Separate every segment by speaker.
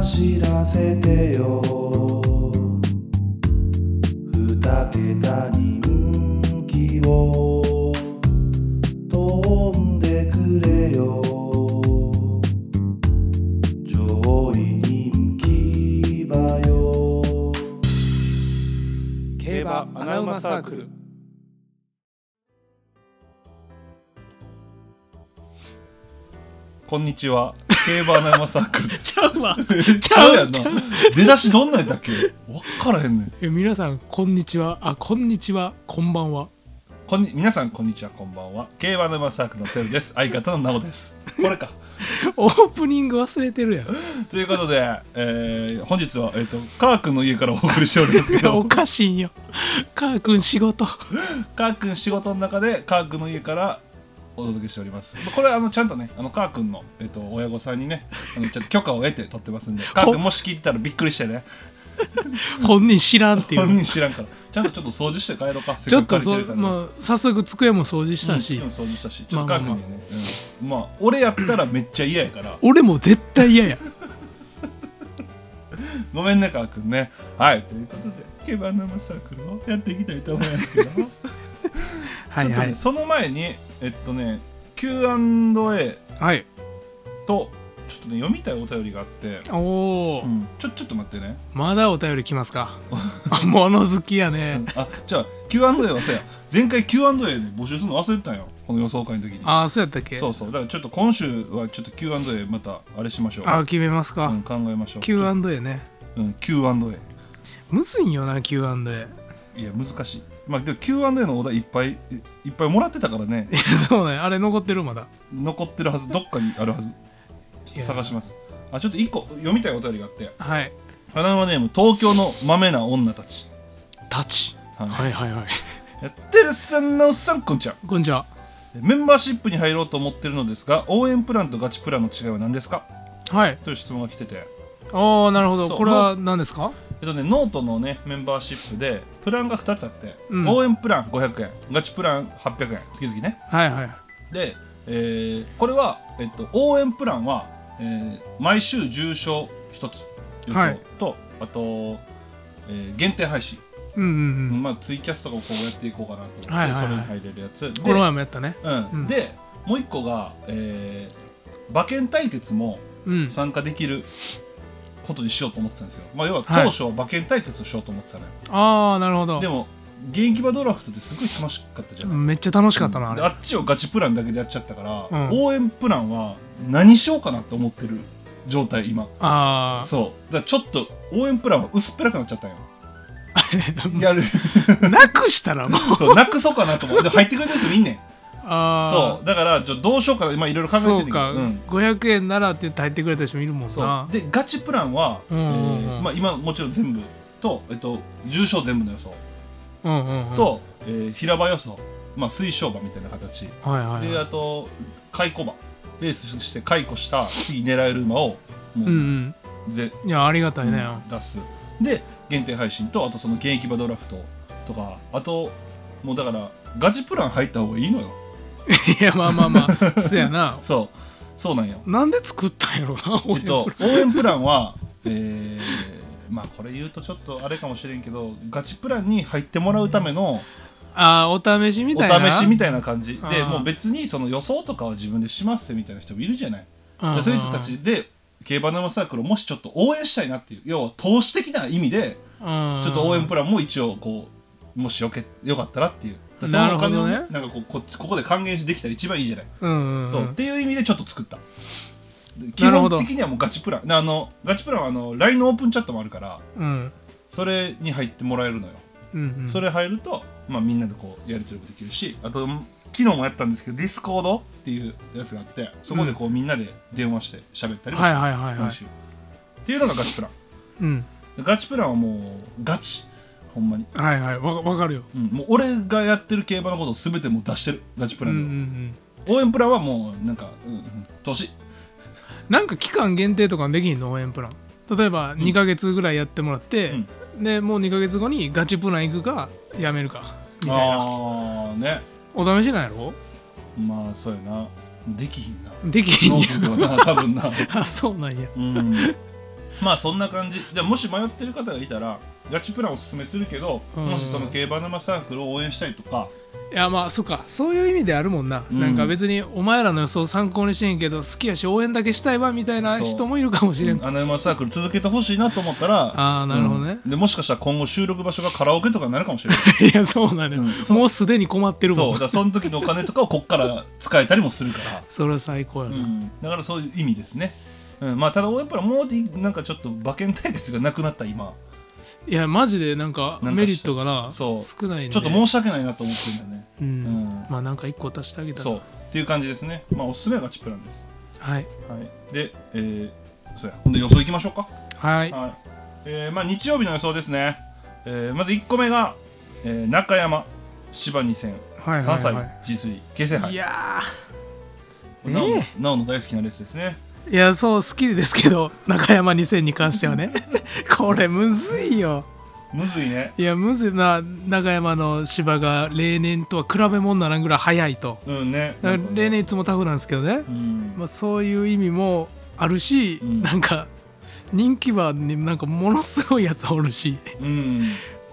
Speaker 1: 走らせてよ二桁人気を飛んでくれよ上位人気馬よ
Speaker 2: 競馬アナウマサークル
Speaker 3: こんにちは。競馬アナウマサークルで す。
Speaker 4: ちゃうわ。
Speaker 3: ちゃうやんな。出だしどんなんやったっけわからへんねん。
Speaker 4: え皆さん、こんにちは。あ、こんにちは。こんばんは。
Speaker 3: こんに皆さん、こんにちは、こんばんは。競馬アナウマサークルのテルです。相方のナオです。これか。
Speaker 4: オープニング忘れて るやん。
Speaker 3: ということで、えー本日は、えっ、と、カー君の家からお送りしておりますけ
Speaker 4: いやお
Speaker 3: ど、
Speaker 4: かしいんよ。かーくん仕事。
Speaker 3: カー君仕事の中で、カー君の家からお届けしております。まあこれは、あの、ちゃんとね、あの、カー君の、えっ、と、親御さんにね、あの、ちょっと許可を得て撮ってますんで、カー君もし聞いてたらびっくりしてね、
Speaker 4: 本人知らんってい
Speaker 3: 本
Speaker 4: う。
Speaker 3: 人知らんから、ちゃんとちょっと掃除して帰ろうか、せ
Speaker 4: ちょ
Speaker 3: っ
Speaker 4: っ
Speaker 3: か
Speaker 4: と
Speaker 3: く
Speaker 4: そ
Speaker 3: 借
Speaker 4: う
Speaker 3: りて、るからね
Speaker 4: まあ、早速机も掃除したし、
Speaker 3: うん掃除したしちょっと
Speaker 4: ま
Speaker 3: 書
Speaker 4: あ
Speaker 3: く
Speaker 4: まあま
Speaker 3: には
Speaker 4: あ
Speaker 3: ね、うんまあ俺やったらめっちゃ嫌やから
Speaker 4: 俺も絶対 嫌や。
Speaker 3: ごめんね川君ねはいということでケバナマサークルをやっていきたいと思います けど
Speaker 4: はい
Speaker 3: ちょっ
Speaker 4: は
Speaker 3: とね
Speaker 4: い。
Speaker 3: その前にえっとね Q&A
Speaker 4: はい。
Speaker 3: とちょっとね読みたいお便りがあって、
Speaker 4: おお、
Speaker 3: うん、ちょちょっと待ってね、
Speaker 4: まだお便り来ます か。あ物好きや
Speaker 3: う
Speaker 4: ね
Speaker 3: ん。あじゃあ Q&A はさや前回 Q&A で募集するの忘れてたんよこの予想会の時に
Speaker 4: ああ、そうやったっけ
Speaker 3: そうそうだからちょっと今週はちょっと Q&A またあれしましょう
Speaker 4: ああ、決めます
Speaker 3: う
Speaker 4: か
Speaker 3: ん、。考えましょう
Speaker 4: Q&A ね。
Speaker 3: うん Q&A
Speaker 4: むずいんよな、Q&A。
Speaker 3: いや難しいまあでも Q&A のお題いっぱいいいっぱいもらってたからね
Speaker 4: いやそうね。あれ残ってる、まだ。
Speaker 3: 残ってるはずどっかにあるはずちょっと探しますあちょっと一個読みたいお便りがあって
Speaker 4: はい。
Speaker 3: 花輪ネーム東京のマメな女たち、
Speaker 4: タチ。
Speaker 3: はい
Speaker 4: はいはいはい。
Speaker 3: やってるさんのおっさんこんちゃん
Speaker 4: こんにちは。
Speaker 3: メンバーシップに入ろうと思ってるのですが応援プランとガチプランの違いは何ですか
Speaker 4: はい。
Speaker 3: という質問が来てて
Speaker 4: ああ、なるほ
Speaker 3: そう
Speaker 4: ど。これは何ですか
Speaker 3: えっとね、ノートのねメンバーシップでプランが2つあって、
Speaker 4: うん
Speaker 3: 応援プラン500円ガチプラン800円月々ね
Speaker 4: はいはい。
Speaker 3: で、えーこれは、えっと、応援プランは、えー毎週重賞1つ予想、
Speaker 4: はい
Speaker 3: とあと、えー限定配信、
Speaker 4: うんうん
Speaker 3: まあ、ツイキャスとかをこうやっていこうかなと思って、
Speaker 4: はいはいはい
Speaker 3: それに入れるやつで
Speaker 4: うん。この前もやったね。
Speaker 3: うん
Speaker 4: うん
Speaker 3: でもう1個が、えー馬券対決も
Speaker 4: うん。
Speaker 3: 参加できることにしようと思ってたんですよ、まあ、要は当
Speaker 4: はい
Speaker 3: 初は馬券対決をしようと思ってたのよ、
Speaker 4: ああ、なるほど
Speaker 3: で。も現役馬ドラフトってすごい楽しかったじゃない
Speaker 4: めっちゃ楽しかったな。あ
Speaker 3: で
Speaker 4: れ
Speaker 3: あっちをガチプランだけでやっちゃったから、
Speaker 4: うん
Speaker 3: 応援プランは何しようかなって思ってる状態今
Speaker 4: あ
Speaker 3: そうだからちょっと応援プランは薄っぺらくなっちゃ ったんよやる
Speaker 4: あ。なくした らもう。
Speaker 3: そうなくそうかなと思ってで入ってくれてる人いんねん
Speaker 4: ああ
Speaker 3: そ。うだからちょどうしようかな今いろいろ考えてる
Speaker 4: そう
Speaker 3: んだけど
Speaker 4: か、
Speaker 3: うん
Speaker 4: 500円ならって言って入ってくれた人もいるもん
Speaker 3: そ
Speaker 4: な
Speaker 3: うでガチプランは、
Speaker 4: うんうんうん
Speaker 3: えーまあ、今もちろん全部と、えっと、重賞全部の予想、
Speaker 4: うんうんうん
Speaker 3: と、えー平場予想、まあ、推奨馬みたいな形、
Speaker 4: はいはい
Speaker 3: で
Speaker 4: はい
Speaker 3: あと解雇馬レースして解雇した次狙える馬をも
Speaker 4: う
Speaker 3: う、
Speaker 4: ん
Speaker 3: ぜ
Speaker 4: うんいやあり がたいね、
Speaker 3: 出すで限定配信とあとその現役馬ドラフトとかあともうだからガチプラン入った方がいいのよ
Speaker 4: いやまあまあまあそやな
Speaker 3: そうそうなんよ
Speaker 4: なんで作ったんやろな
Speaker 3: えっと応援プランはえーまあこれ言うとちょっとあれかもしれんけどガチプランに入ってもらうための
Speaker 4: ああお試しみ
Speaker 3: お
Speaker 4: たいな
Speaker 3: 試しみたいな感じ
Speaker 4: あ
Speaker 3: で
Speaker 4: ー
Speaker 3: もう別にその予想とかは自分でしますってみたいな人もいるじゃない
Speaker 4: うん
Speaker 3: でそういう人たちで競馬生サークルをもしちょっと応援したいなっていう要は投資的な意味で
Speaker 4: うん
Speaker 3: ちょっと応援プランも一応こうもしよけよかったらっていうでそ
Speaker 4: な
Speaker 3: の
Speaker 4: る
Speaker 3: お
Speaker 4: ほ
Speaker 3: 金
Speaker 4: ど
Speaker 3: を
Speaker 4: ね
Speaker 3: ねなんかこうこっちここで還元できたら一番いいじゃない、
Speaker 4: うんうんん
Speaker 3: そうっていう意味でちょっと作ったで基
Speaker 4: なるほ
Speaker 3: 本
Speaker 4: ど
Speaker 3: 的にはもうガチプランあのガチプランはあの LINE のオープンチャットもあるから
Speaker 4: うん
Speaker 3: それに入ってもらえるのよ、
Speaker 4: うんうん
Speaker 3: それ入ると、まあ、みんなでこうやり取りもできるしあと昨日もやったんですけどディスコードっていうやつがあってそこでこう、みんなで電話して喋ったりもし
Speaker 4: はい
Speaker 3: て
Speaker 4: はいはいは
Speaker 3: 毎
Speaker 4: い
Speaker 3: 週っていうのがガチプラン
Speaker 4: うん
Speaker 3: ガチプランはもうガチほんまに、
Speaker 4: はいはいわわかるよ
Speaker 3: うん、もう俺がやってる競馬のことを全てもう出してるガチプ
Speaker 4: うん
Speaker 3: ラ
Speaker 4: うんう
Speaker 3: ンで、
Speaker 4: ん
Speaker 3: 応援プランはもうなんか、うんうん、年
Speaker 4: なんか期間限定とかできんの応援プラン例えば2ヶ月ぐらいやってもらって、でもう2ヶ月後にガチプラン行くかやめるかみたいな
Speaker 3: ああね
Speaker 4: お試しなんやろ
Speaker 3: まあそうやなできひんな
Speaker 4: できへんや
Speaker 3: ノートではな多分な
Speaker 4: あそうなんや
Speaker 3: うんまあそんな感じでもし迷ってる方がいたらガチプランおすすめするけど
Speaker 4: うん
Speaker 3: もしその競馬沼サークルを応援したいとか
Speaker 4: いやまあそっかそういう意味であるもんな、
Speaker 3: うん
Speaker 4: なんか別にお前らの予想参考にしてんけど好きやし応援だけしたいわみたいな
Speaker 3: そう
Speaker 4: 人もいるかもしれん
Speaker 3: 穴馬サークル続けてほしいなと思ったら
Speaker 4: あーなるほどね
Speaker 3: うんでもしかしたら今後収録場所がカラオケとかになるかもし れない
Speaker 4: いやそうなのよ、
Speaker 3: うんそう
Speaker 4: もうすでに困ってる
Speaker 3: そ
Speaker 4: も
Speaker 3: うだ
Speaker 4: ん
Speaker 3: からその時のお金とかをこっから使えたりもするから
Speaker 4: それは最高やな、
Speaker 3: うん、だからそういう意味ですね、うん、まあただやっぱりもうなんかちょっと馬券対決がなくなった今
Speaker 4: いやマジでなんか
Speaker 3: なんか
Speaker 4: メリットがな
Speaker 3: そう
Speaker 4: 少ないね
Speaker 3: ちょっと申し訳ないなと思ってるんだよね
Speaker 4: うん、
Speaker 3: うん
Speaker 4: まあなんか一個足してあげたら
Speaker 3: そうっていう感じですねまあおすすめはガチプランです
Speaker 4: はい
Speaker 3: はいでえー、そうやほんで予想いきましょうか
Speaker 4: はい
Speaker 3: はいえーまあ日曜日の予想ですね、えーまず1個目が、えー中山芝2戦
Speaker 4: はい
Speaker 3: 3
Speaker 4: はい
Speaker 3: 歳
Speaker 4: は
Speaker 3: G3 京成
Speaker 4: いい
Speaker 3: 杯
Speaker 4: や
Speaker 3: なお
Speaker 4: ね
Speaker 3: なおの大好きなレースですね
Speaker 4: ーいやそう好きですけど 中山2000に関してはね これむずいよ
Speaker 3: むずいね
Speaker 4: いやむずいな中山の芝が例年とは比べ物にならんぐらい早いと
Speaker 3: うんね
Speaker 4: だから例年
Speaker 3: 年
Speaker 4: いつもタフなんですけどね
Speaker 3: う、ん
Speaker 4: まあ、そういう意味もあるし、
Speaker 3: うん
Speaker 4: なんか人気馬になんかものすごいやつおるし
Speaker 3: うん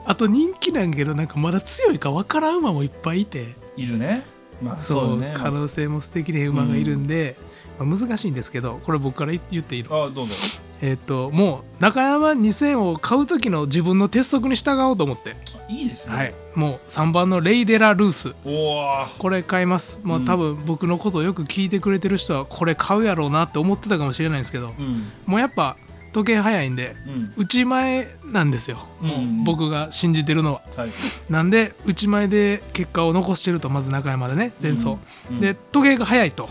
Speaker 4: あと人気なんやけどなんかまだ強いかわからん馬もいっぱいいて
Speaker 3: いるねまあ
Speaker 4: そう
Speaker 3: そうね
Speaker 4: 可能性も捨てきれへん馬がいるんで、まあ、難しいんですけどこれ僕から言言っていいの
Speaker 3: あどうぞ
Speaker 4: えっ、ともう中山2000を買う時の自分の鉄則に従おうと思って、
Speaker 3: いいですね、
Speaker 4: はい、もう3番のレイデラ・ルース
Speaker 3: おお
Speaker 4: これ買いますも
Speaker 3: うん
Speaker 4: う多分僕のことをよく聞いてくれてる人はこれ買うやろうなって思ってたかもしれないんですけど
Speaker 3: うん
Speaker 4: もうやっぱ時計早いんで
Speaker 3: うん
Speaker 4: 内前なんですよ、
Speaker 3: うんうんうん
Speaker 4: 僕が信じてるのは
Speaker 3: はい
Speaker 4: なんで内前で結果を残してるとまず中山でね前走、
Speaker 3: うん
Speaker 4: で時計が早いと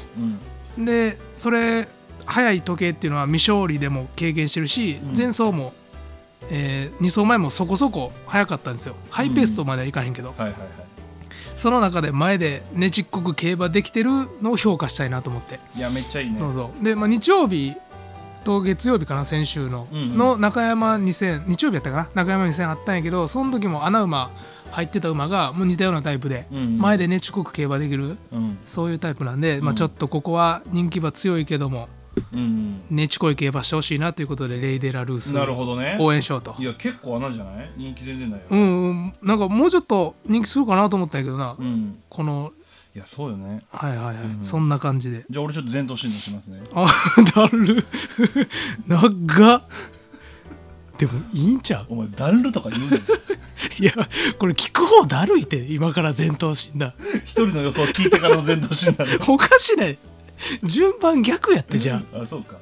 Speaker 3: うん
Speaker 4: でそれ早い時計っていうのは未勝利でも経験してるし、
Speaker 3: うん
Speaker 4: 前走も、え2走前もそこそこ早かったんですよハイペースとまではいかへんけど、
Speaker 3: はいはいは
Speaker 4: その中で前でねちっこく競馬できてるのを評価したいなと思って、
Speaker 3: いいやめっちゃいいね
Speaker 4: そうそうで、まあ、日曜日と月曜日かな先週の、
Speaker 3: うんうん
Speaker 4: の中山2000日曜日やったかな中山2000あったんやけどその時も穴馬入ってた馬がもう似たようなタイプで、
Speaker 3: うんうん
Speaker 4: 前でねちっこく競馬できる
Speaker 3: うん
Speaker 4: そういうタイプなんで、ま
Speaker 3: う
Speaker 4: あ、
Speaker 3: ん
Speaker 4: ちょっとここは人気馬強いけども、
Speaker 3: うん
Speaker 4: ねちこい競馬してほしいなということでレイデラルース
Speaker 3: なるほどね
Speaker 4: 応援しようと
Speaker 3: いや結構穴じゃない人気全然ないよ
Speaker 4: うんうんなんかもうちょっと人気するかなと思ったんやけどな、
Speaker 3: うん
Speaker 4: この
Speaker 3: いやそうよね
Speaker 4: はいはいはい、
Speaker 3: うん
Speaker 4: そんな感じで
Speaker 3: じゃあ俺ちょっと前頭診断しますね
Speaker 4: あ だる長っでもいいんちゃう
Speaker 3: お前ダンルとか言うねん
Speaker 4: いやこれ聞く方だるいって今から前頭診断
Speaker 3: 一人の予想聞いてからの前頭診断で
Speaker 4: おかしない順番逆やってじゃあ
Speaker 3: あそうか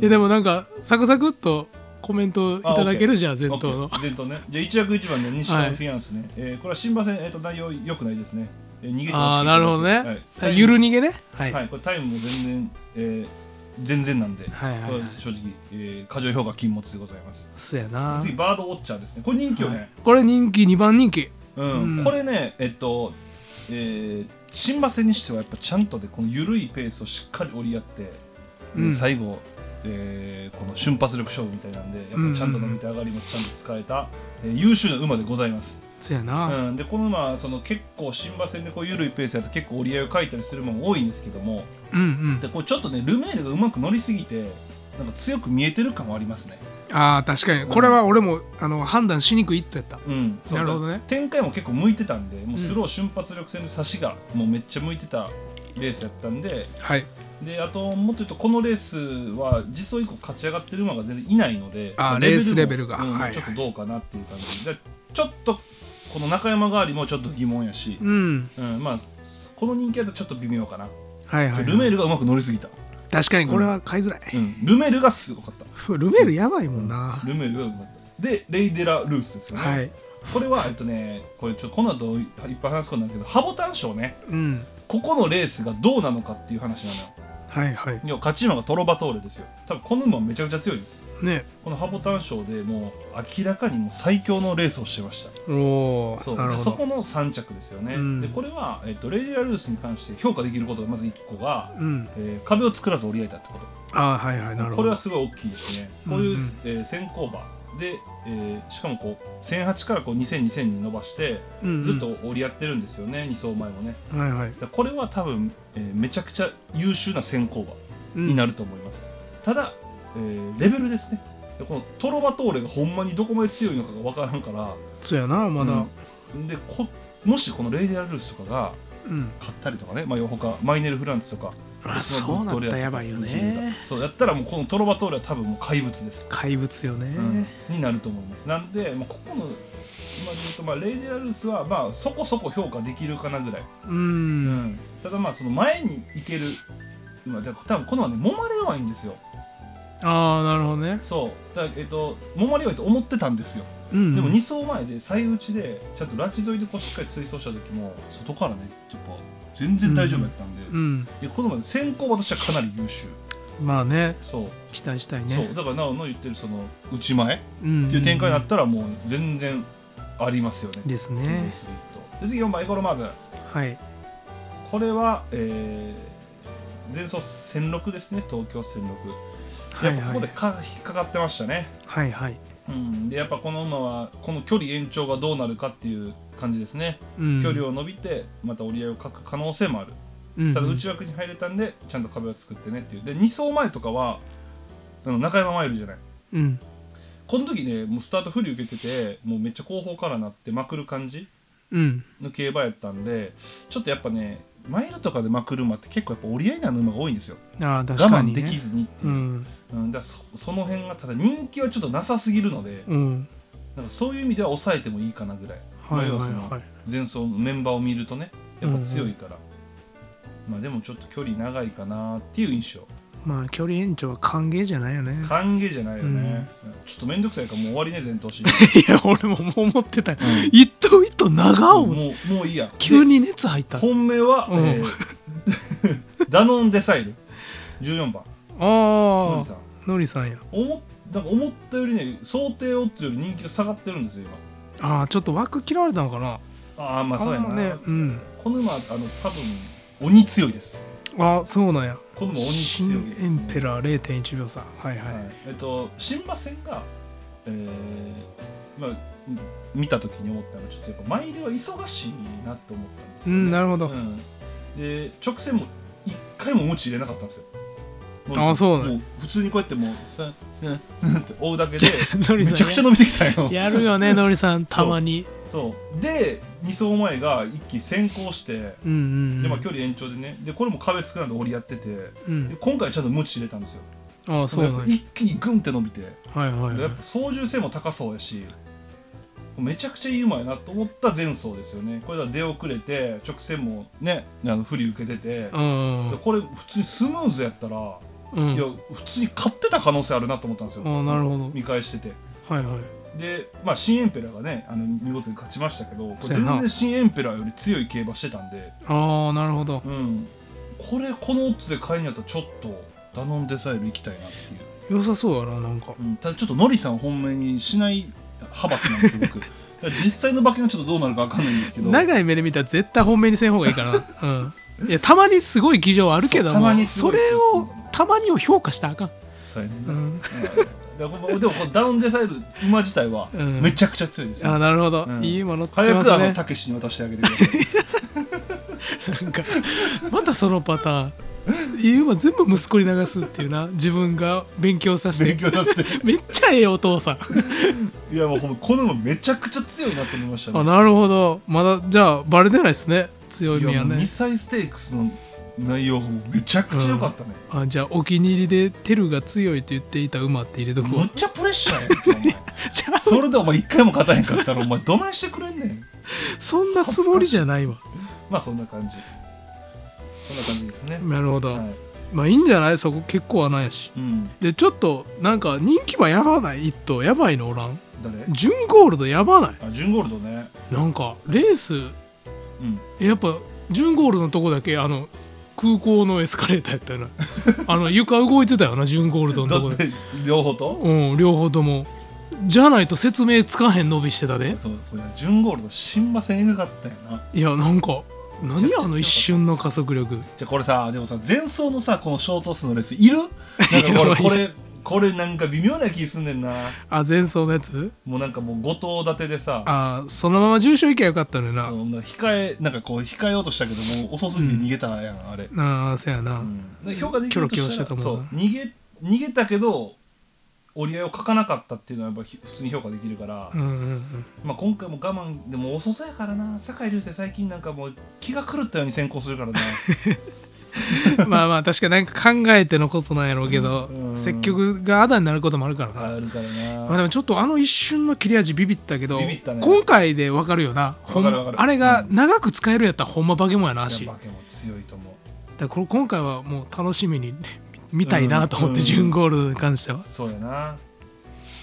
Speaker 4: いやでもなんかサクサクっとコメントいただけるじゃあ前頭
Speaker 3: オ
Speaker 4: の
Speaker 3: ッケー前頭ねじゃあ一躍一番の西田のフィアンスね、えーこれは新馬戦、えー、と内容良くないですね、えー逃げてほしい
Speaker 4: ああなるほどね、ゆる逃げねは、
Speaker 3: はいい、はい、これタイムも全然、えー全然なんで、
Speaker 4: はいはいはい
Speaker 3: これ正直、えー過剰評価禁物でございます
Speaker 4: そうやな
Speaker 3: 次バードウォッチャーですねこれ人気よね、
Speaker 4: はいこれ人気2番人気
Speaker 3: うん
Speaker 4: うん
Speaker 3: これねえっと、えー、新馬戦にしてはやっぱちゃんとでこの緩いペースをしっかり折り合って、
Speaker 4: うん
Speaker 3: 最後、えーこの瞬発力勝負みたいなんでやっぱちゃんと伸びて上がりもちゃんと使えた、えー優秀な馬でございます、
Speaker 4: そうや
Speaker 3: う
Speaker 4: な、
Speaker 3: んでこの馬はその結構新馬戦でこう緩いペースやと結構折り合いを書いたりする馬も多いんですけども
Speaker 4: うん、うん
Speaker 3: でこうちょっとねルメールがうまく乗りすぎてなんか強く見えてる感はありますね
Speaker 4: ああ確かにこれは俺もあの判断しにくいってやった
Speaker 3: うん、そう
Speaker 4: なるほどね
Speaker 3: だから展開も結構向いてたんでもううんスロー瞬発力戦で差しがもうめっちゃ向いてたレースやったんで
Speaker 4: はい
Speaker 3: であともっと言うとこのレースは実装以降勝ち上がってる馬が全然いないので
Speaker 4: あー
Speaker 3: ま
Speaker 4: レース
Speaker 3: も
Speaker 4: レベルが
Speaker 3: うん
Speaker 4: はいはい
Speaker 3: ちょっとどうかなっていう感じでちょっとこの中山代わりもちょっと疑問やし、
Speaker 4: うん
Speaker 3: うんまあ、この人気だとちょっと微妙かな、
Speaker 4: はいはい、
Speaker 3: ルメールがうまく乗りすぎた、
Speaker 4: 確かにこれは買いづらい、
Speaker 3: うん、ルメールがすごかった
Speaker 4: ふルメールやばいもんな、
Speaker 3: ルメールがうまかったでレイデラ・ルースですよね、
Speaker 4: はい
Speaker 3: これはえっとねこれちょっとこの後いっぱい話すことになるけどハボタン賞ね
Speaker 4: うん
Speaker 3: ここのレースがどうなのかっていう話なのよ
Speaker 4: はいはい
Speaker 3: 要は勝ち馬がトロバトーレですよ多分この馬めちゃくちゃ強いです
Speaker 4: ね
Speaker 3: このハボタン賞でもう明らかにもう最強のレースをしてました
Speaker 4: お
Speaker 3: そ
Speaker 4: おな
Speaker 3: う
Speaker 4: る
Speaker 3: で
Speaker 4: ほ
Speaker 3: そ
Speaker 4: ど
Speaker 3: この3着ですよね、
Speaker 4: うん
Speaker 3: でこれは、えっとレイディラルースに関して評価できることがまず1個が、
Speaker 4: うん
Speaker 3: えー壁を作らず折り合えたってこと
Speaker 4: ああはいはいなるほど
Speaker 3: これはすごい大きいですねこういう、
Speaker 4: うんうん
Speaker 3: えー先行馬で、えーしかもこう1008からこう2000、2000に伸ばして
Speaker 4: うんうん
Speaker 3: ずっと折り合ってるんですよね、2走前もね
Speaker 4: はいはい
Speaker 3: だからこれは多分、えーめちゃくちゃ優秀な先行馬にな
Speaker 4: る
Speaker 3: ると思います、ただ、えーレベルですねでこのトロバトーレがほんまにどこまで強いのかが分からんから
Speaker 4: そうやなまだ
Speaker 3: うんでこもしこのレイディアルースとかが
Speaker 4: うん、
Speaker 3: 買ったりとかね、まあ、他マイネル・フランツとか
Speaker 4: あそうなったらやばいよね
Speaker 3: そうやったらもうこのトロバトーレは多分もう怪物です、
Speaker 4: 怪物よね、
Speaker 3: うんになると思いますなんで、まあ、ここの、まあずっとまあ、レイディアルースはまあそこそこ評価できるかなぐらい、
Speaker 4: うん
Speaker 3: うんただまあその前に行ける、まあ、だから多分このはね揉まれ弱いんですよ
Speaker 4: ああなるほどね、
Speaker 3: そうだからえっと揉まれ弱いと思ってたんですよ
Speaker 4: うん、
Speaker 3: でも2走前で最内でちゃんと拉致沿いでこうしっかり追走した時も外からねやっぱ全然大丈夫やったんで,、
Speaker 4: うん
Speaker 3: でこの前先行私はかなり優秀
Speaker 4: まあね
Speaker 3: そう,、
Speaker 4: 期待したいね
Speaker 3: そうだからなおの言ってるその内前っ
Speaker 4: うん
Speaker 3: ていう展開になったらもう全然ありますよね、
Speaker 4: です
Speaker 3: うん
Speaker 4: ね
Speaker 3: で次4番エゴロマーズ
Speaker 4: はい
Speaker 3: これは、えー、前走1006ですね東京1006
Speaker 4: は
Speaker 3: やっ
Speaker 4: い
Speaker 3: ぱこ
Speaker 4: は
Speaker 3: こで
Speaker 4: い
Speaker 3: か、引っかかってましたね
Speaker 4: はいはい、
Speaker 3: うん、でやっぱこの馬はこの距離延長がどうなるかっていう感じですね、
Speaker 4: うん、
Speaker 3: 距離を伸びてまた折り合いをかく可能性もある、
Speaker 4: うん
Speaker 3: ただ内枠に入れたんでちゃんと壁を作ってねっていうで2走前とかはあの中山マイルじゃない
Speaker 4: うん
Speaker 3: この時ねもうスタート不利受けててもうめっちゃ後方からなってまくる感じ
Speaker 4: うん
Speaker 3: の競馬やったんでちょっとやっぱねマイルとかでまくる馬って結構やっぱ折り合いなの馬が多いんですよ、
Speaker 4: ああ確
Speaker 3: 我
Speaker 4: か
Speaker 3: 慢
Speaker 4: に、ね、
Speaker 3: できずにっていうう、
Speaker 4: ん
Speaker 3: うんだからそその辺がただ人気はちょっとなさすぎるので、
Speaker 4: うん
Speaker 3: なんかそういう意味では抑えてもいいかなぐらい
Speaker 4: はいはい
Speaker 3: まあ要はそ
Speaker 4: は
Speaker 3: の
Speaker 4: い
Speaker 3: 前走のメンバーを見るとねやっぱ強いから、まあでもちょっと距離長いかなっていう印象
Speaker 4: まあ距離延長は歓迎じゃないよね
Speaker 3: 歓迎じゃないよね、ちょっと面倒くさいからもう終わりね前頭し
Speaker 4: いや俺ももう思ってたよ一頭一頭長尾
Speaker 3: もうもういいや
Speaker 4: 急に熱入っ
Speaker 3: で
Speaker 4: たあ
Speaker 3: 本命は、
Speaker 4: うん
Speaker 3: えー ダノンデサイル14番ノリ
Speaker 4: あ
Speaker 3: さん
Speaker 4: ノリさんや
Speaker 3: 思っなんか思ったよりね想定オッズより人気が下がってるんですよ
Speaker 4: ああちょっと枠切られたのかな
Speaker 3: 今ああまあそうやな、
Speaker 4: あーねうん
Speaker 3: この馬あの多分鬼強いです
Speaker 4: ああそうなんや
Speaker 3: この馬鬼強
Speaker 4: 新
Speaker 3: いです、
Speaker 4: エンペラー0.1秒差はいはい、
Speaker 3: はい、えっと新馬戦が、えーまあ、うん見た時に思ったのはちょっとやっぱマイルは忙しいなと思ったんです
Speaker 4: う
Speaker 3: よ、ね
Speaker 4: んなるほど、
Speaker 3: うんで直線も一回も持ち入れなかったんですよ
Speaker 4: あそうなん
Speaker 3: もう普通にこうやってもうさうんうんって追うだ けで
Speaker 4: ノ
Speaker 3: め
Speaker 4: リさん
Speaker 3: ちゃくちゃ伸びてきたよ
Speaker 4: やる よねノリさんたまに
Speaker 3: そうで2走前が一気に先行して
Speaker 4: うんうんう
Speaker 3: で、
Speaker 4: ん
Speaker 3: まあ、距離延長でねでこれも壁作らんで折り合っててで
Speaker 4: うん
Speaker 3: 今回ちゃんと無知入れたんですよ
Speaker 4: ああそう
Speaker 3: やっ
Speaker 4: な
Speaker 3: ぱ
Speaker 4: んや
Speaker 3: 一気にグンって伸びて
Speaker 4: はいはい
Speaker 3: や
Speaker 4: は
Speaker 3: っぱ操縦性も高そうやしめちゃくちゃいい馬やなと思った前走ですよねこれは出遅れて直線もねあの不利受けてて、で
Speaker 4: い
Speaker 3: これ普通にスムーズやったら、
Speaker 4: うんうん
Speaker 3: いや普通に勝ってた可能性あるなと思ったんですよ
Speaker 4: ああなるほど
Speaker 3: 見返してて
Speaker 4: はいはい
Speaker 3: でまあ新エンペラーがねあの見事に勝ちましたけどこれ
Speaker 4: そうやな
Speaker 3: 全然新エンペラーより強い競馬してたんで、
Speaker 4: ああなるほど
Speaker 3: うん、これこのオッズで買いにやったらちょっとダノンデサイル行きたいなっていう
Speaker 4: 良さそうやななんか
Speaker 3: うん、ただちょっとノリさん本命にしない派閥なんですよ僕だ から実際の馬券がちょっとどうなるかわかんないんですけど
Speaker 4: 長い目で見たら絶対本命にせん方がいいか なうんいやたまにすごい技場あるけど
Speaker 3: そうたまに
Speaker 4: も
Speaker 3: すご
Speaker 4: そ
Speaker 3: い技
Speaker 4: れ
Speaker 3: 術
Speaker 4: をたまにを評価したらあかん
Speaker 3: そうやね
Speaker 4: う
Speaker 3: うん
Speaker 4: ん
Speaker 3: だからこのでもこのダウンデサイル馬自体は
Speaker 4: うん
Speaker 3: めちゃくちゃ強いですね、
Speaker 4: ああなるほど
Speaker 3: うん
Speaker 4: いいものって
Speaker 3: 早
Speaker 4: ま
Speaker 3: くあ
Speaker 4: す
Speaker 3: の
Speaker 4: ね
Speaker 3: たけしに渡してあげてください
Speaker 4: なんかまたそのパターン今全部息子に流すっていうな自分が勉強させ
Speaker 3: 勉
Speaker 4: て
Speaker 3: 強させて
Speaker 4: めっちゃええお父さ ん
Speaker 3: いやもうほんまこの馬めちゃくちゃ強いなと思いましたね
Speaker 4: あなるほどまだじゃあバレてないですね強
Speaker 3: い
Speaker 4: み
Speaker 3: や
Speaker 4: は
Speaker 3: もう2
Speaker 4: ね
Speaker 3: 歳ステークスの内容がもうめちゃくちゃ良かったね、
Speaker 4: あじゃあお気に入りでテルが強いと言っていた馬って入れとこう
Speaker 3: むっちゃプレッシャーやんけお 前
Speaker 4: じゃあ
Speaker 3: それでお前一回も勝たへんかったらお前どないしてくれんねん
Speaker 4: そんなつもりじゃないわ
Speaker 3: まあそんな感じそんな感じですね、
Speaker 4: なるほど、
Speaker 3: はい
Speaker 4: まあいいんじゃないそこ結構穴やし
Speaker 3: うん、
Speaker 4: でちょっとなんか人気馬やばない一頭やばいのおらん
Speaker 3: 誰
Speaker 4: ジュンゴールドやばな
Speaker 3: あジュンゴールドね、
Speaker 4: いなんかレース
Speaker 3: うん、
Speaker 4: やっぱジュンゴールドのとこだけあの空港のエスカレーターやったよな あの床動いてたよなジュンゴールドのとこ
Speaker 3: だっ
Speaker 4: で
Speaker 3: て両方と、
Speaker 4: うん両方ともじゃないと説明つかへん伸びしてたで
Speaker 3: そうこれねジュンゴールド新馬戦えぐかったよない
Speaker 4: やなんか
Speaker 3: めちゃく
Speaker 4: 何
Speaker 3: ちゃ
Speaker 4: あの一瞬の加速力
Speaker 3: じゃあこれさでもさ前走のさこのショート数のレースいる なんかこれこれこれなんか微妙な気すんねんな
Speaker 4: あ前走のやつ
Speaker 3: もうなんかもう5頭立てでさ
Speaker 4: あそのまま重賞行きゃよかったのよ
Speaker 3: そ
Speaker 4: な
Speaker 3: のなんか控えなんかこう控えようとしたけどもう遅すぎて逃げたやん、あれ、
Speaker 4: ああそやな、
Speaker 3: うんで評価できると
Speaker 4: キョロキョロ
Speaker 3: し
Speaker 4: したて
Speaker 3: ら
Speaker 4: たもんな
Speaker 3: そう逃げ逃げたけど折り合いを書かなかったっていうのはやっぱひ普通に評価できるから、
Speaker 4: うんうん
Speaker 3: まあ、今回も我慢でも遅さやからな酒井流星最近なんかもう気が狂ったように先行するか らな
Speaker 4: うん、まあまあ確かなんか考えてのことなんやろうけど、
Speaker 3: うん
Speaker 4: 積極があだになることもあるからな、
Speaker 3: あるからな
Speaker 4: まあ、でもちょっとあの一瞬の切れ味ビビったけど
Speaker 3: ビビったね
Speaker 4: 今回でわかるよなほん
Speaker 3: わかるわかる
Speaker 4: あれが長く使えるやったらほんま化け物やな足
Speaker 3: いや
Speaker 4: だ
Speaker 3: 化
Speaker 4: か
Speaker 3: けも強いと思う
Speaker 4: らこれ今回はもう楽しみに 見たいなと思って、
Speaker 3: うん
Speaker 4: 準ゴールドに関しては、
Speaker 3: そうやな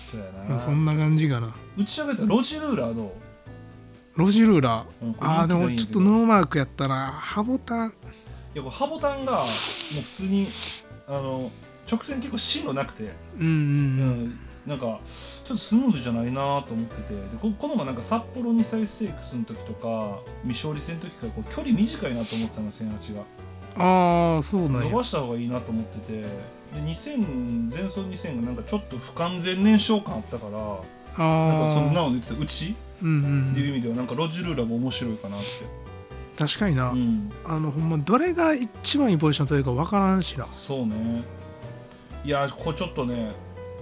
Speaker 3: そうや
Speaker 4: う
Speaker 3: な、
Speaker 4: んそんな感じかな
Speaker 3: 打ち上げたロジルーラーどう、
Speaker 4: ロジルーラ
Speaker 3: う
Speaker 4: ーああでもちょっと
Speaker 3: い
Speaker 4: ノーマークやったなハボタン
Speaker 3: やこれハボタンがもう普通にあの直線結構進路なくて
Speaker 4: うんう
Speaker 3: う
Speaker 4: う
Speaker 3: ん
Speaker 4: ん、
Speaker 3: ん、なんかちょっとスムーズじゃないなと思っててでここの前なんか札幌にサイステークスの時とか未勝利戦の時からこう距離短いなと思ってたの1008が
Speaker 4: ああそうなん
Speaker 3: 伸
Speaker 4: や
Speaker 3: ばした方がいいなと思っててで2000前走2000がなんかちょっと不完全燃焼感あったからなん
Speaker 4: あ
Speaker 3: か
Speaker 4: あ
Speaker 3: そのなおの言ってたうち
Speaker 4: うんう
Speaker 3: っていうん意味ではなんかロジルーラも面白いかなって、
Speaker 4: 確かにな、
Speaker 3: うん、
Speaker 4: あのほんまどれが一番いいポジションというかわからんしな
Speaker 3: そうねいやここちょっとね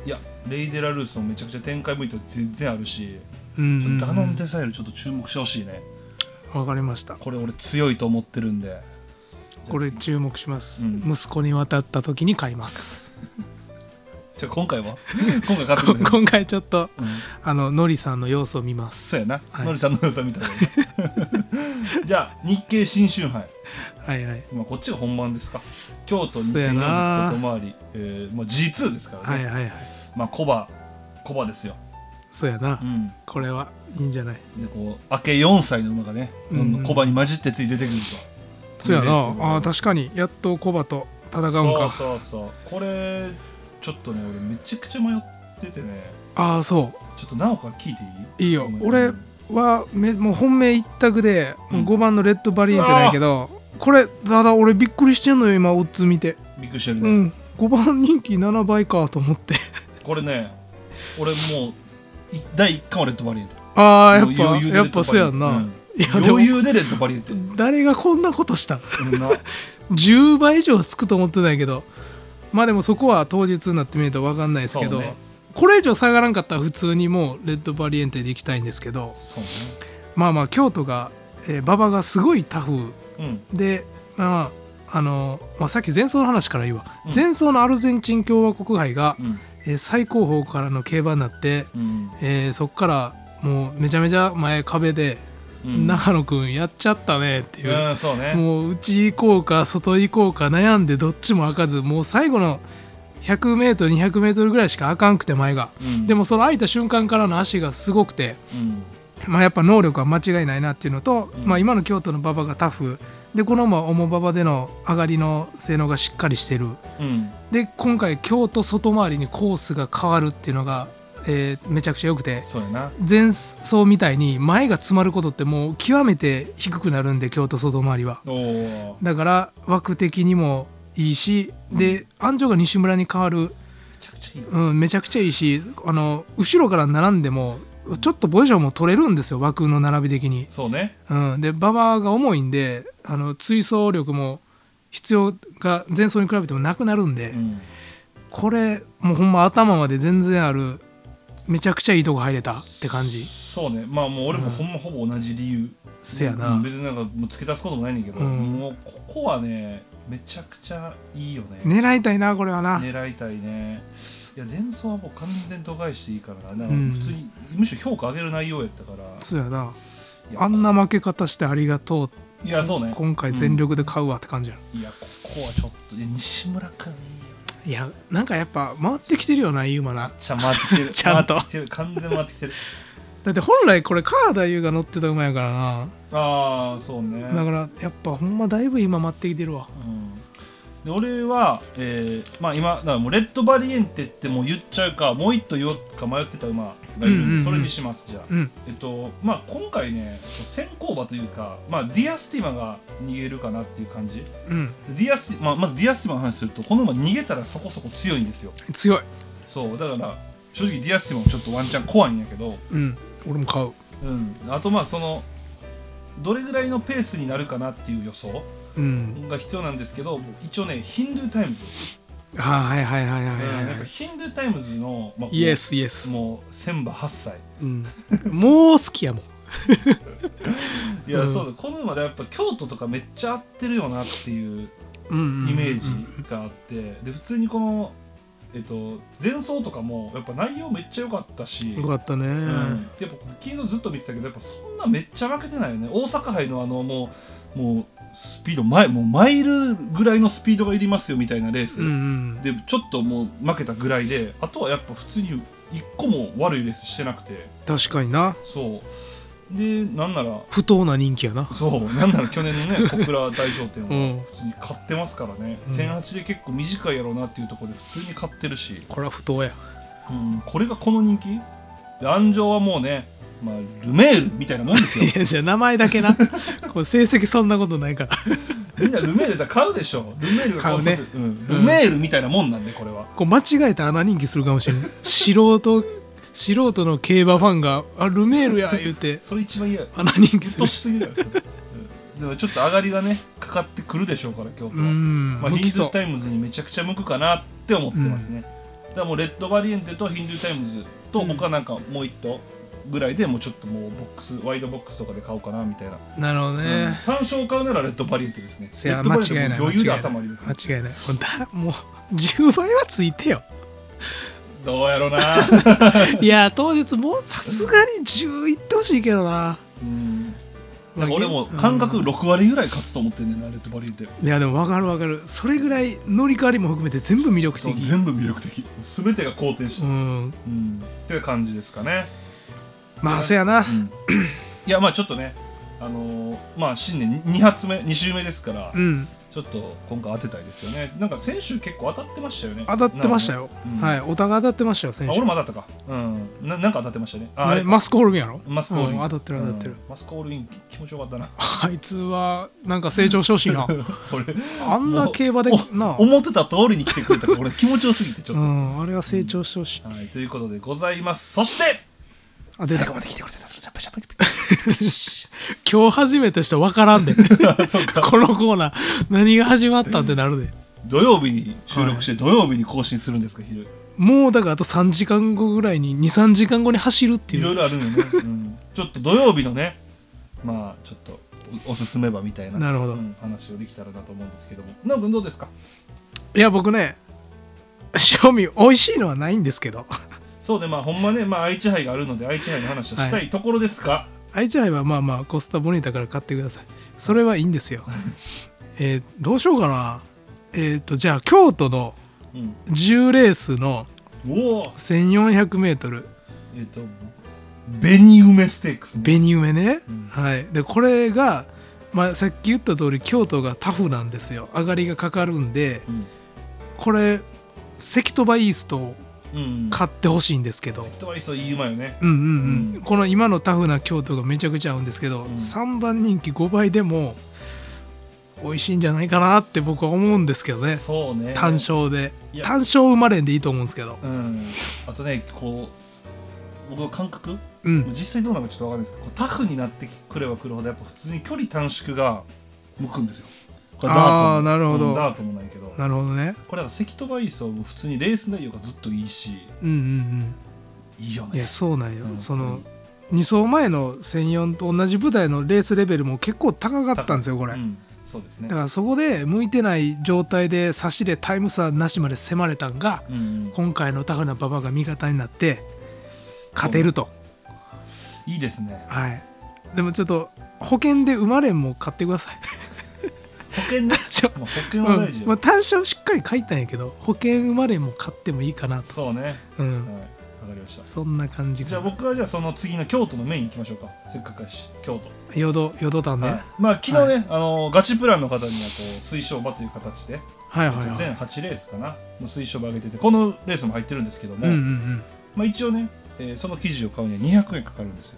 Speaker 3: いやレイデラルースもめちゃくちゃ展開向いて全然あるし、
Speaker 4: うん
Speaker 3: ち
Speaker 4: う
Speaker 3: ょっ
Speaker 4: ん
Speaker 3: とダノンデサイルちょっと注目してほしいね
Speaker 4: わかりました
Speaker 3: これ俺強いと思ってるんで
Speaker 4: これ注目します、
Speaker 3: うん
Speaker 4: 息子に渡った時に買います
Speaker 3: じゃあ今 回は今回買って
Speaker 4: こ
Speaker 3: くれる
Speaker 4: 今回ちょっと
Speaker 3: うん
Speaker 4: あののりさんの様子を見ます
Speaker 3: そうやな、
Speaker 4: はい
Speaker 3: のりさんの良さみたいなじゃあ日経新春杯、
Speaker 4: はいはい
Speaker 3: まあ、こっちが本番ですか京都
Speaker 4: そうやな
Speaker 3: 2004外回り、えーまあ、G2 ですからね、
Speaker 4: はいはいはい
Speaker 3: まあコバコバですよ、
Speaker 4: そうやな、
Speaker 3: うん、
Speaker 4: これはいいんじゃない
Speaker 3: でこう明け4歳の馬がねどんどんコバに混じってついて出てくると
Speaker 4: そうやな
Speaker 3: レースが
Speaker 4: あー確かにやっとコバと戦うん
Speaker 3: そう
Speaker 4: か
Speaker 3: そうそうこれちょっとね俺めちゃくちゃ迷っててね
Speaker 4: ああそ
Speaker 3: ちょっとなおから聞いていい
Speaker 4: いいよ
Speaker 3: ごめん
Speaker 4: 俺うはめもう本命一択で、
Speaker 3: うん
Speaker 4: 5番のレッドバリエンテないけどこれただ俺びっくりしてんのよ今オッズ見て
Speaker 3: びっくりしてる
Speaker 4: う
Speaker 3: ね、
Speaker 4: ん5番人気7倍かと思って
Speaker 3: これね俺もうい第1巻はレッドバリエンテ
Speaker 4: ああやっ
Speaker 3: もう
Speaker 4: ぱ
Speaker 3: 余裕で
Speaker 4: やっぱそうやんな、い
Speaker 3: レッドバリエンテうん
Speaker 4: やでも
Speaker 3: 余裕でレッドバリエンテ
Speaker 4: 誰がこんなことしたん
Speaker 3: うんな
Speaker 4: 10倍以上つくと思ってないけどまあでもそこは当日になってみると分かんないですけ
Speaker 3: そ
Speaker 4: ど、
Speaker 3: うね
Speaker 4: これ以上下がらんかったら普通にもうレッドバリエンテでいきたいんですけど
Speaker 3: そうね
Speaker 4: まあまあ京都が、えー馬場がすごいタフ
Speaker 3: うん
Speaker 4: でまああの、まあ、さっき前走の話から言うわ、
Speaker 3: うん
Speaker 4: 前走のアルゼンチン共和国杯が、
Speaker 3: うん
Speaker 4: えー最高峰からの競馬になって、
Speaker 3: うん
Speaker 4: えーそこからもうめちゃめちゃ前壁で、
Speaker 3: うん
Speaker 4: 長野くんやっちゃったねっていう、
Speaker 3: うんそうね
Speaker 4: もううち行こうか外行こうか悩んでどっちも開かずもう最後の 100m200m ぐらいしか開かんくて前が
Speaker 3: うん
Speaker 4: でもその開いた瞬間からの足がすごくて、
Speaker 3: うん
Speaker 4: まあ、やっぱ能力は間違いないなっていうのと、
Speaker 3: うん
Speaker 4: まあ、今の京都の馬場がタフでこの馬は重馬場での上がりの性能がしっかりしてる
Speaker 3: うん
Speaker 4: で今回京都外回りにコースが変わるっていうのが、えーめちゃくちゃ良くて
Speaker 3: そうやな
Speaker 4: 前走みたいに前が詰まることってもう極めて低くなるんで京都外回りは。
Speaker 3: おおめ
Speaker 4: だから枠的にもいいしで安城が西村に変わる、
Speaker 3: ちゃくちゃいいよ
Speaker 4: うん、めちゃくちゃいいしあの後ろから並んでもちょっとポジションも取れるんですよ枠の並び的に、
Speaker 3: そうね
Speaker 4: うん、で馬場が重いんであの追走力も必要が前走に比べてもなくなるんで、
Speaker 3: うん
Speaker 4: これもうほんま頭まで全然あるめちゃくちゃいいとこ入れたって感じ
Speaker 3: そうねまあもう俺もほんまほぼ同じ理由
Speaker 4: せや
Speaker 3: うん
Speaker 4: な
Speaker 3: 別になんかもう付け足すこともないねんだけど
Speaker 4: うん
Speaker 3: もうここはねめちゃくちゃいいよね
Speaker 4: 狙いたいなこれはな、
Speaker 3: 狙いたいねいや前走はもう完全度外視していいからななんか
Speaker 4: うん
Speaker 3: 普通に、むしろ評価上げる内容やったから
Speaker 4: そうやない
Speaker 3: や
Speaker 4: あんな負け方してありがとうって
Speaker 3: いやそうね
Speaker 4: 今回全力で買うわって感じや、
Speaker 3: いやここはちょっといや西村君い
Speaker 4: い
Speaker 3: いよ
Speaker 4: やなんかやっぱ回ってきてるよなユーマな
Speaker 3: ちゃ回ってきて る
Speaker 4: ちゃんと
Speaker 3: 回ってきてる完全回ってきてる
Speaker 4: だって本来これ川田優が乗ってた馬やからな、
Speaker 3: ああそうね
Speaker 4: だからやっぱほんまだいぶ今回ってきてるわ
Speaker 3: うんで俺は、えーまあ、今だからもうレッドバリエンテってもう言っちゃうかもう一頭言おうか迷ってた馬がいるんで、
Speaker 4: うんうんうん
Speaker 3: それにしますじゃあ、
Speaker 4: うん
Speaker 3: えっとまあ、今回ね先行馬というか、まあ、ディアスティマが逃げるかなっていう感じ
Speaker 4: うん
Speaker 3: ディアスティ、まあ、まずディアスティマの話するとこの馬逃げたらそこそこ強いんですよ
Speaker 4: 強い
Speaker 3: そうだから正直ディアスティマもちょっとワンチャン怖いんやけど、
Speaker 4: うん俺も買う
Speaker 3: うん、あとまあそのどれぐらいのペースになるかなっていう予想
Speaker 4: うん
Speaker 3: が必要なんですけど一応ねヒンドゥータイムズ
Speaker 4: ああはいはいはいはいはい
Speaker 3: なん
Speaker 4: は
Speaker 3: か
Speaker 4: い
Speaker 3: ヒンドゥータイムズの、まあ
Speaker 4: イエスイエス
Speaker 3: もう千葉8歳
Speaker 4: うんもう好きやもん
Speaker 3: いや、
Speaker 4: うん
Speaker 3: そうだこの馬でやっぱ京都とかめっちゃ合ってるよなっていう
Speaker 4: うんうんうん
Speaker 3: イメージがあって、で普通にこの、えっと、前走とかもやっぱ内容めっちゃ良かったし、
Speaker 4: よかったね、
Speaker 3: うんやっぱ金蔵ずっと見てたけどやっぱそんなめっちゃ負けてないよね大阪杯のあのもうもうスピード前もうマイルぐらいのスピードがいりますよみたいなレース、
Speaker 4: うんうん
Speaker 3: でちょっともう負けたぐらいであとはやっぱ普通に一個も悪いレースしてなくて
Speaker 4: 確かにな
Speaker 3: そうでなんなら
Speaker 4: 不当な人気やな
Speaker 3: そうなんなら去年の ね小倉大賞典
Speaker 4: うん
Speaker 3: は普通に買ってますからね、
Speaker 4: うん
Speaker 3: 1008で結構短いやろうなっていうところで普通に買ってるし、
Speaker 4: これは不当や
Speaker 3: うん、これがこの人気で安城はもうね、まあ、ルメールみたいなもんです よ
Speaker 4: いやじゃあ名前だけな こう成績そんなことないから
Speaker 3: みんなルメールだ買うでしょルメールが
Speaker 4: 買うね
Speaker 3: こううんルメールみたいなもんなんでこれは、
Speaker 4: こう間違えた穴人気するかもしれない素人素人の競馬ファンが「あルメール や」言うて
Speaker 3: それ一番嫌や
Speaker 4: 穴人気
Speaker 3: ずっ
Speaker 4: す
Speaker 3: と
Speaker 4: る
Speaker 3: しすぎるやろそれうん でもちょっと上がりがねかかってくるでしょうから京都
Speaker 4: う
Speaker 3: は
Speaker 4: ん、
Speaker 3: まあ、
Speaker 4: 向
Speaker 3: ヒン
Speaker 4: き
Speaker 3: ド
Speaker 4: そ
Speaker 3: ゥー
Speaker 4: う
Speaker 3: タイムズにめちゃくちゃ向くかなって思ってますね、だからもうレッドバリエンテとヒンドゥータイムズと
Speaker 4: うん
Speaker 3: 他なんかもう一頭ぐらいでもうちょっともうボックスワイドボックスとかで買おうかなみたいな、
Speaker 4: なるほど
Speaker 3: うん
Speaker 4: ね、
Speaker 3: 単勝買うならレッドバリエンテですね
Speaker 4: せ
Speaker 3: レ
Speaker 4: や
Speaker 3: ッドバリエンテ
Speaker 4: 間違いない
Speaker 3: もう余裕で
Speaker 4: 間違いない
Speaker 3: 頭あります、ね、
Speaker 4: 間違いないほんとだもう10倍はついて よ
Speaker 3: どうやろうな
Speaker 4: いや当日もうさすがに10いってほしいけどな、
Speaker 3: うん
Speaker 4: まあ
Speaker 3: 俺も感覚
Speaker 4: うん
Speaker 3: 6割ぐらい勝つと思ってんねんなレッドバリエンテ
Speaker 4: いやでも分かる分かるそれぐらい乗り換わりも含めて全部魅力
Speaker 3: そう
Speaker 4: 的
Speaker 3: 全部魅力的全てが好転し
Speaker 4: う
Speaker 3: て
Speaker 4: ん
Speaker 3: うん、っていう感じですかね
Speaker 4: まあせやな
Speaker 3: いやまあちょっとねあのーまあ新年2発目2週目ですから、
Speaker 4: うん
Speaker 3: ちょっと今回当てたいですよねなんか先週結構当たってましたよね
Speaker 4: 当たってましたよ、
Speaker 3: なんか
Speaker 4: は
Speaker 3: ね
Speaker 4: いお互い当たってましたよ
Speaker 3: う
Speaker 4: 選
Speaker 3: んあ
Speaker 4: 手
Speaker 3: 俺も当たったかうんななんか当たってましたねああ
Speaker 4: ね
Speaker 3: れ
Speaker 4: マスコホルミやろ
Speaker 3: マスコールイン、
Speaker 4: うん当たってる当たってる
Speaker 3: うんマスコールイン気持ちよかったな
Speaker 4: あいつはなんか成長してほしいな
Speaker 3: 俺
Speaker 4: あんな競馬で
Speaker 3: お
Speaker 4: な
Speaker 3: 思ってた通りに来てくれたから俺気持ちよすぎてちょっ
Speaker 4: う
Speaker 3: と、
Speaker 4: んあれは成長してほしい
Speaker 3: はいということでございますそして
Speaker 4: あ出た
Speaker 3: 最後まで来てくれてたジャパジャパジャ
Speaker 4: 今日初めてした分からんで
Speaker 3: パそうか
Speaker 4: このコーナー何が始まったってなるで
Speaker 3: 土曜日に収録して土曜日に更新するんですかひどい
Speaker 4: もうだからあと3時間後ぐらいに23時間後に走るって
Speaker 3: い
Speaker 4: い
Speaker 3: ろいうろあるよね、うんちょっと土曜日のねまあちょっとおおすすめばみたいな
Speaker 4: なるほど
Speaker 3: うん話をできたらなと思うんですけどもなお君どうですか
Speaker 4: いや僕ね賞味美味しいのはないんですけど
Speaker 3: そうでまあほんまね、まあ、愛知杯があるので愛知杯の話をした
Speaker 4: はい
Speaker 3: ところですが、
Speaker 4: 愛知杯はまあまあコスタボニータから買ってくださいそれはいいんですよえーどうしようかなえっ、とじゃあ京都の
Speaker 3: うん、
Speaker 4: 10レースの
Speaker 3: おお
Speaker 4: 1400m
Speaker 3: えっ、とベニウメステークス、
Speaker 4: 紅梅ね、
Speaker 3: うん
Speaker 4: はいでこれが、まあ、さっき言った通り京都がタフなんですよ上がりがかかるんで
Speaker 3: うん
Speaker 4: これ関戸バイーストを
Speaker 3: うん、
Speaker 4: 買ってほしいんですけど、
Speaker 3: 人はいそういい馬よね
Speaker 4: うんうんうん
Speaker 3: うん
Speaker 4: この今のタフな京都がめちゃくちゃ合うんですけど、
Speaker 3: うん
Speaker 4: 3番人気5倍でも美味しいんじゃないかなって僕は思うんですけどね
Speaker 3: そうね
Speaker 4: 単勝で
Speaker 3: いや
Speaker 4: 単勝生まれんでいいと思うんですけど
Speaker 3: うんあとねこう僕の感覚
Speaker 4: うん
Speaker 3: 実際どうなのかちょっとわかんないですけどこうタフになってくればくるほどやっぱ普通に距離短縮が向くんですよこれダートも
Speaker 4: あーなるほど
Speaker 3: うんダートもないけどこれ
Speaker 4: なるほどね
Speaker 3: だから関戸バイスはもう普通にレース内容がずっといいし
Speaker 4: うんうん
Speaker 3: いい
Speaker 4: う
Speaker 3: よ
Speaker 4: んい
Speaker 3: ね
Speaker 4: やそうなんよ、
Speaker 3: うん
Speaker 4: その2走前の1004と同じ舞台のレースレベルも結構高かったんですよこれ、
Speaker 3: うんそうですね
Speaker 4: だからそこで向いてない状態で差しでタイム差なしまで迫れたんが
Speaker 3: うんうん
Speaker 4: 今回のタフな馬場が味方になって勝てると、
Speaker 3: いいですね
Speaker 4: はいでもちょっと保険で生まれんも買ってください、
Speaker 3: 保険ね
Speaker 4: ちょ
Speaker 3: まあ保険は大事
Speaker 4: うん
Speaker 3: よ、
Speaker 4: まあ、単勝しっかり書いたんやけど保険生まれんも買ってもいいかなと
Speaker 3: そうねはい
Speaker 4: うん
Speaker 3: わかりました
Speaker 4: そんな感じ
Speaker 3: じゃあ
Speaker 4: かな
Speaker 3: 僕はじゃあその次の京都のメイン行きましょうかせっかくやし京都
Speaker 4: よどよどたんね、
Speaker 3: はいまあ昨日ね、あのガチプランの方にはこう推奨馬という形で
Speaker 4: はい、はいはいはい
Speaker 3: 全8レースかなの推奨馬上げててこのレースも入ってるんですけど
Speaker 4: うん
Speaker 3: も、
Speaker 4: うんうん
Speaker 3: まあ、一応ね、えーその記事を買うには200円かかるんですよ、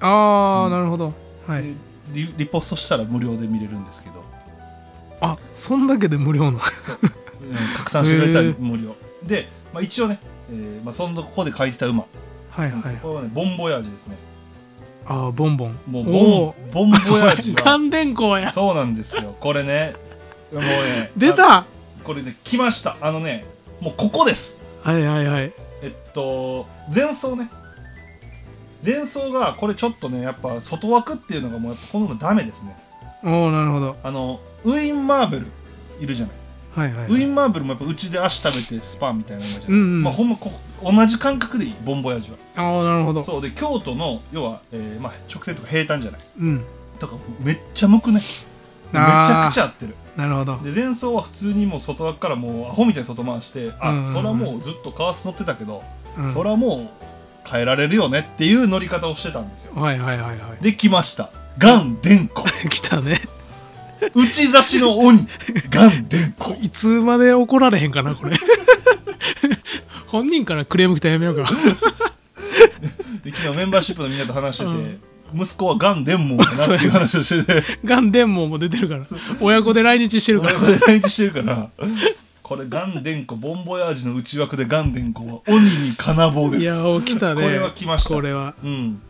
Speaker 4: ああ、
Speaker 3: うん
Speaker 4: なるほどはい、
Speaker 3: でリリポストしたら無料で見れるんですけ ど、
Speaker 4: あそんだけで無 料な
Speaker 3: うん拡散してくれた
Speaker 4: へ
Speaker 3: ら
Speaker 4: ー
Speaker 3: 無料で、まあ、一応ね、えーまあ、そのここで書いてた馬、
Speaker 4: はいはい
Speaker 3: これはねボンボヤージュですね
Speaker 4: ああボンボン
Speaker 3: もう
Speaker 4: お
Speaker 3: ボンボン ボヤージ
Speaker 4: ー
Speaker 3: ュは
Speaker 4: 感電光や
Speaker 3: そうなんですよこれねもうね
Speaker 4: 出
Speaker 3: あ
Speaker 4: た
Speaker 3: これで来ましたあのねもうここです
Speaker 4: はいはいはい
Speaker 3: えっと前奏ね前奏がこれちょっとねやっぱ外枠っていうのがもうやっぱこのままダメですね
Speaker 4: おおなるほど
Speaker 3: あのウィン・マーベルいるじゃない、
Speaker 4: はいはい、
Speaker 3: ウィン・マーベルもやっぱうちで足食べてスパンみたいなのじゃない、
Speaker 4: うんうん
Speaker 3: まあ、ほんまこ同じ感覚でいいボンボヤージュは
Speaker 4: ああなるほど
Speaker 3: そうで京都の要は、えーまあ、直線とか平坦じゃない
Speaker 4: うん
Speaker 3: だからめっちゃ向くねめちゃくちゃ合ってる
Speaker 4: なるほど
Speaker 3: で前奏は普通にもう外枠からもうアホみたいに外回してあ、
Speaker 4: うんうんうん
Speaker 3: それはもうずっとカース乗ってたけど、
Speaker 4: うん
Speaker 3: それはもう変えられるよねっていう乗り方をしてたんですよ
Speaker 4: はいはいはいは
Speaker 3: できましたガンデ ンコ
Speaker 4: い 来たね
Speaker 3: 打ち差しの 鬼ガンデンコ
Speaker 4: いつまで怒られへんかなこれ 本人からクレーム来たらやめようか
Speaker 3: で昨日メンバーシップのみんなと話してて、
Speaker 4: うん
Speaker 3: 息子はガンデンモンかなっていう話をして て
Speaker 4: ガンデンモンも出てるから親子で来日してるか
Speaker 3: 俺
Speaker 4: ら
Speaker 3: も来日してるからこれガンデンコボンボヤージの内枠でガンデンコは鬼に金棒です
Speaker 4: いやー来たね
Speaker 3: これは来ました
Speaker 4: これは
Speaker 3: うん、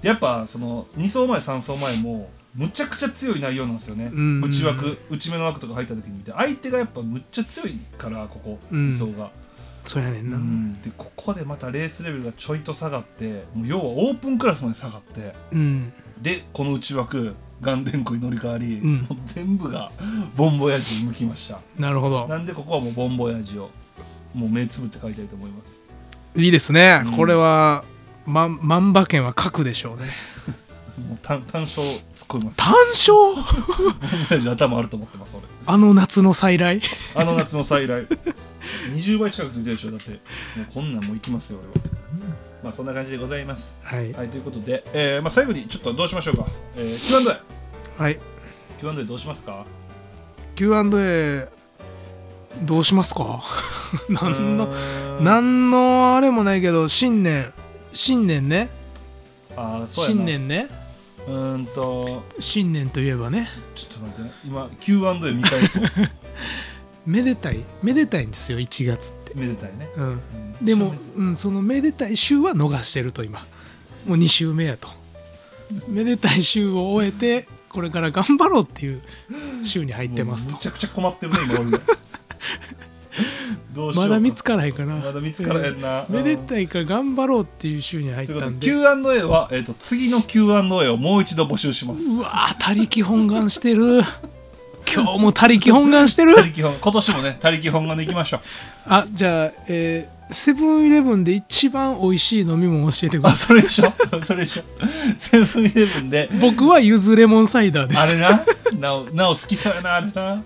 Speaker 3: でやっぱその2走前3走前もむちゃくちゃ強い内容なんですよね、
Speaker 4: うん
Speaker 3: 内枠内目の枠とか入った時にで相手がやっぱむっちゃ強いからここ
Speaker 4: うん
Speaker 3: 2走が、
Speaker 4: そうやねん
Speaker 3: うん
Speaker 4: な、
Speaker 3: でここでまたレースレベルがちょいと下がってもう要はオープンクラスまで下がって
Speaker 4: うん、
Speaker 3: でこの内枠ガンデンコに乗り換わり、
Speaker 4: うん
Speaker 3: もう全部がボンボヤジに向きました
Speaker 4: なるほど
Speaker 3: なんでここはもうボンボヤジをもう目つぶって書いたいと思います
Speaker 4: いいですね、
Speaker 3: うん
Speaker 4: これはま万馬券は核でしょうね
Speaker 3: もう単単勝突っ込みます
Speaker 4: 単勝
Speaker 3: ボンボヤジ頭あると思ってます俺
Speaker 4: あの夏の再来
Speaker 3: あの夏の再来20倍近くついてるでしょだってもうこんなんもう行きますよ俺は、まあそんな感じでございます
Speaker 4: はい
Speaker 3: はいということで、えーまあ、最後にちょっとどうしましょうか、えー、Q&A
Speaker 4: はい
Speaker 3: Q&A どうしますか
Speaker 4: Q&A どうしますか 何の
Speaker 3: なん
Speaker 4: 何のあれもないけど新年新年ね
Speaker 3: あーそうやな
Speaker 4: 新年ね
Speaker 3: うーんと
Speaker 4: 新年といえばね
Speaker 3: ちょっと待ってね今 Q&A 見返 すわ
Speaker 4: めでたいめでたいんですよ1月って、
Speaker 3: めでたいね、
Speaker 4: うん、
Speaker 3: うん
Speaker 4: でも
Speaker 3: ちょっとね、
Speaker 4: うん、そのめでたい週は逃してると今もう2週目やとめでたい週を終えてこれから頑張ろうっていう週に入ってます
Speaker 3: もう
Speaker 4: と
Speaker 3: むちゃくちゃ困ってるね 今俺どうし
Speaker 4: ま
Speaker 3: ようか
Speaker 4: だ見つからへんかな
Speaker 3: まだ見つからへんな、
Speaker 4: えーめで
Speaker 3: い
Speaker 4: たいか頑張ろうっていう週に入っ
Speaker 3: というこ
Speaker 4: た
Speaker 3: とで
Speaker 4: んで
Speaker 3: Q&A は、えー、と次の Q&A をもう一度募集します
Speaker 4: うわー他力本願してる今日も他力本願してる
Speaker 3: 他力本今年もね他力本願でいきましょう
Speaker 4: あじゃあえーセブンイレブンで一番美味しい飲み物教えてくだ
Speaker 3: あ
Speaker 4: さ
Speaker 3: それでしょ それでしょセブンイレブンで
Speaker 4: い僕はゆずレモンサイダーで
Speaker 3: あ
Speaker 4: す
Speaker 3: れななおなお好きそうやなあれな、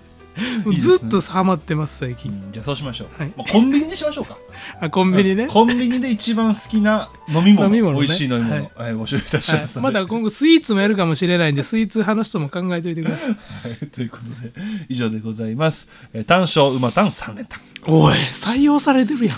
Speaker 3: いいですね
Speaker 4: ずっとハマってます最
Speaker 3: う
Speaker 4: 近
Speaker 3: ん、じゃあそうしましょう、
Speaker 4: はい
Speaker 3: もうコンビニにしましょうか
Speaker 4: あコンビニね
Speaker 3: コンビニで一番好きな飲み物
Speaker 4: 飲み物ね
Speaker 3: 美味しい飲み物、は
Speaker 4: はいい
Speaker 3: 募集いたし
Speaker 4: は
Speaker 3: ま
Speaker 4: い
Speaker 3: す、の
Speaker 4: ま
Speaker 3: で
Speaker 4: だ今後スイーツもやるかもしれないんでスイーツ派の人も考えといてください
Speaker 3: はいということで以上でございます、えー、単勝馬単3連単
Speaker 4: おい採用されてるやん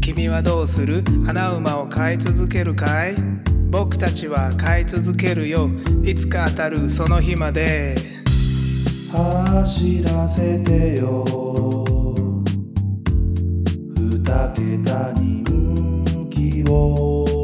Speaker 2: 君はどうする穴馬を飼い続けるかい僕たちは飼い続けるよいつか当たるその日まで
Speaker 1: 走らせてよ二桁人気を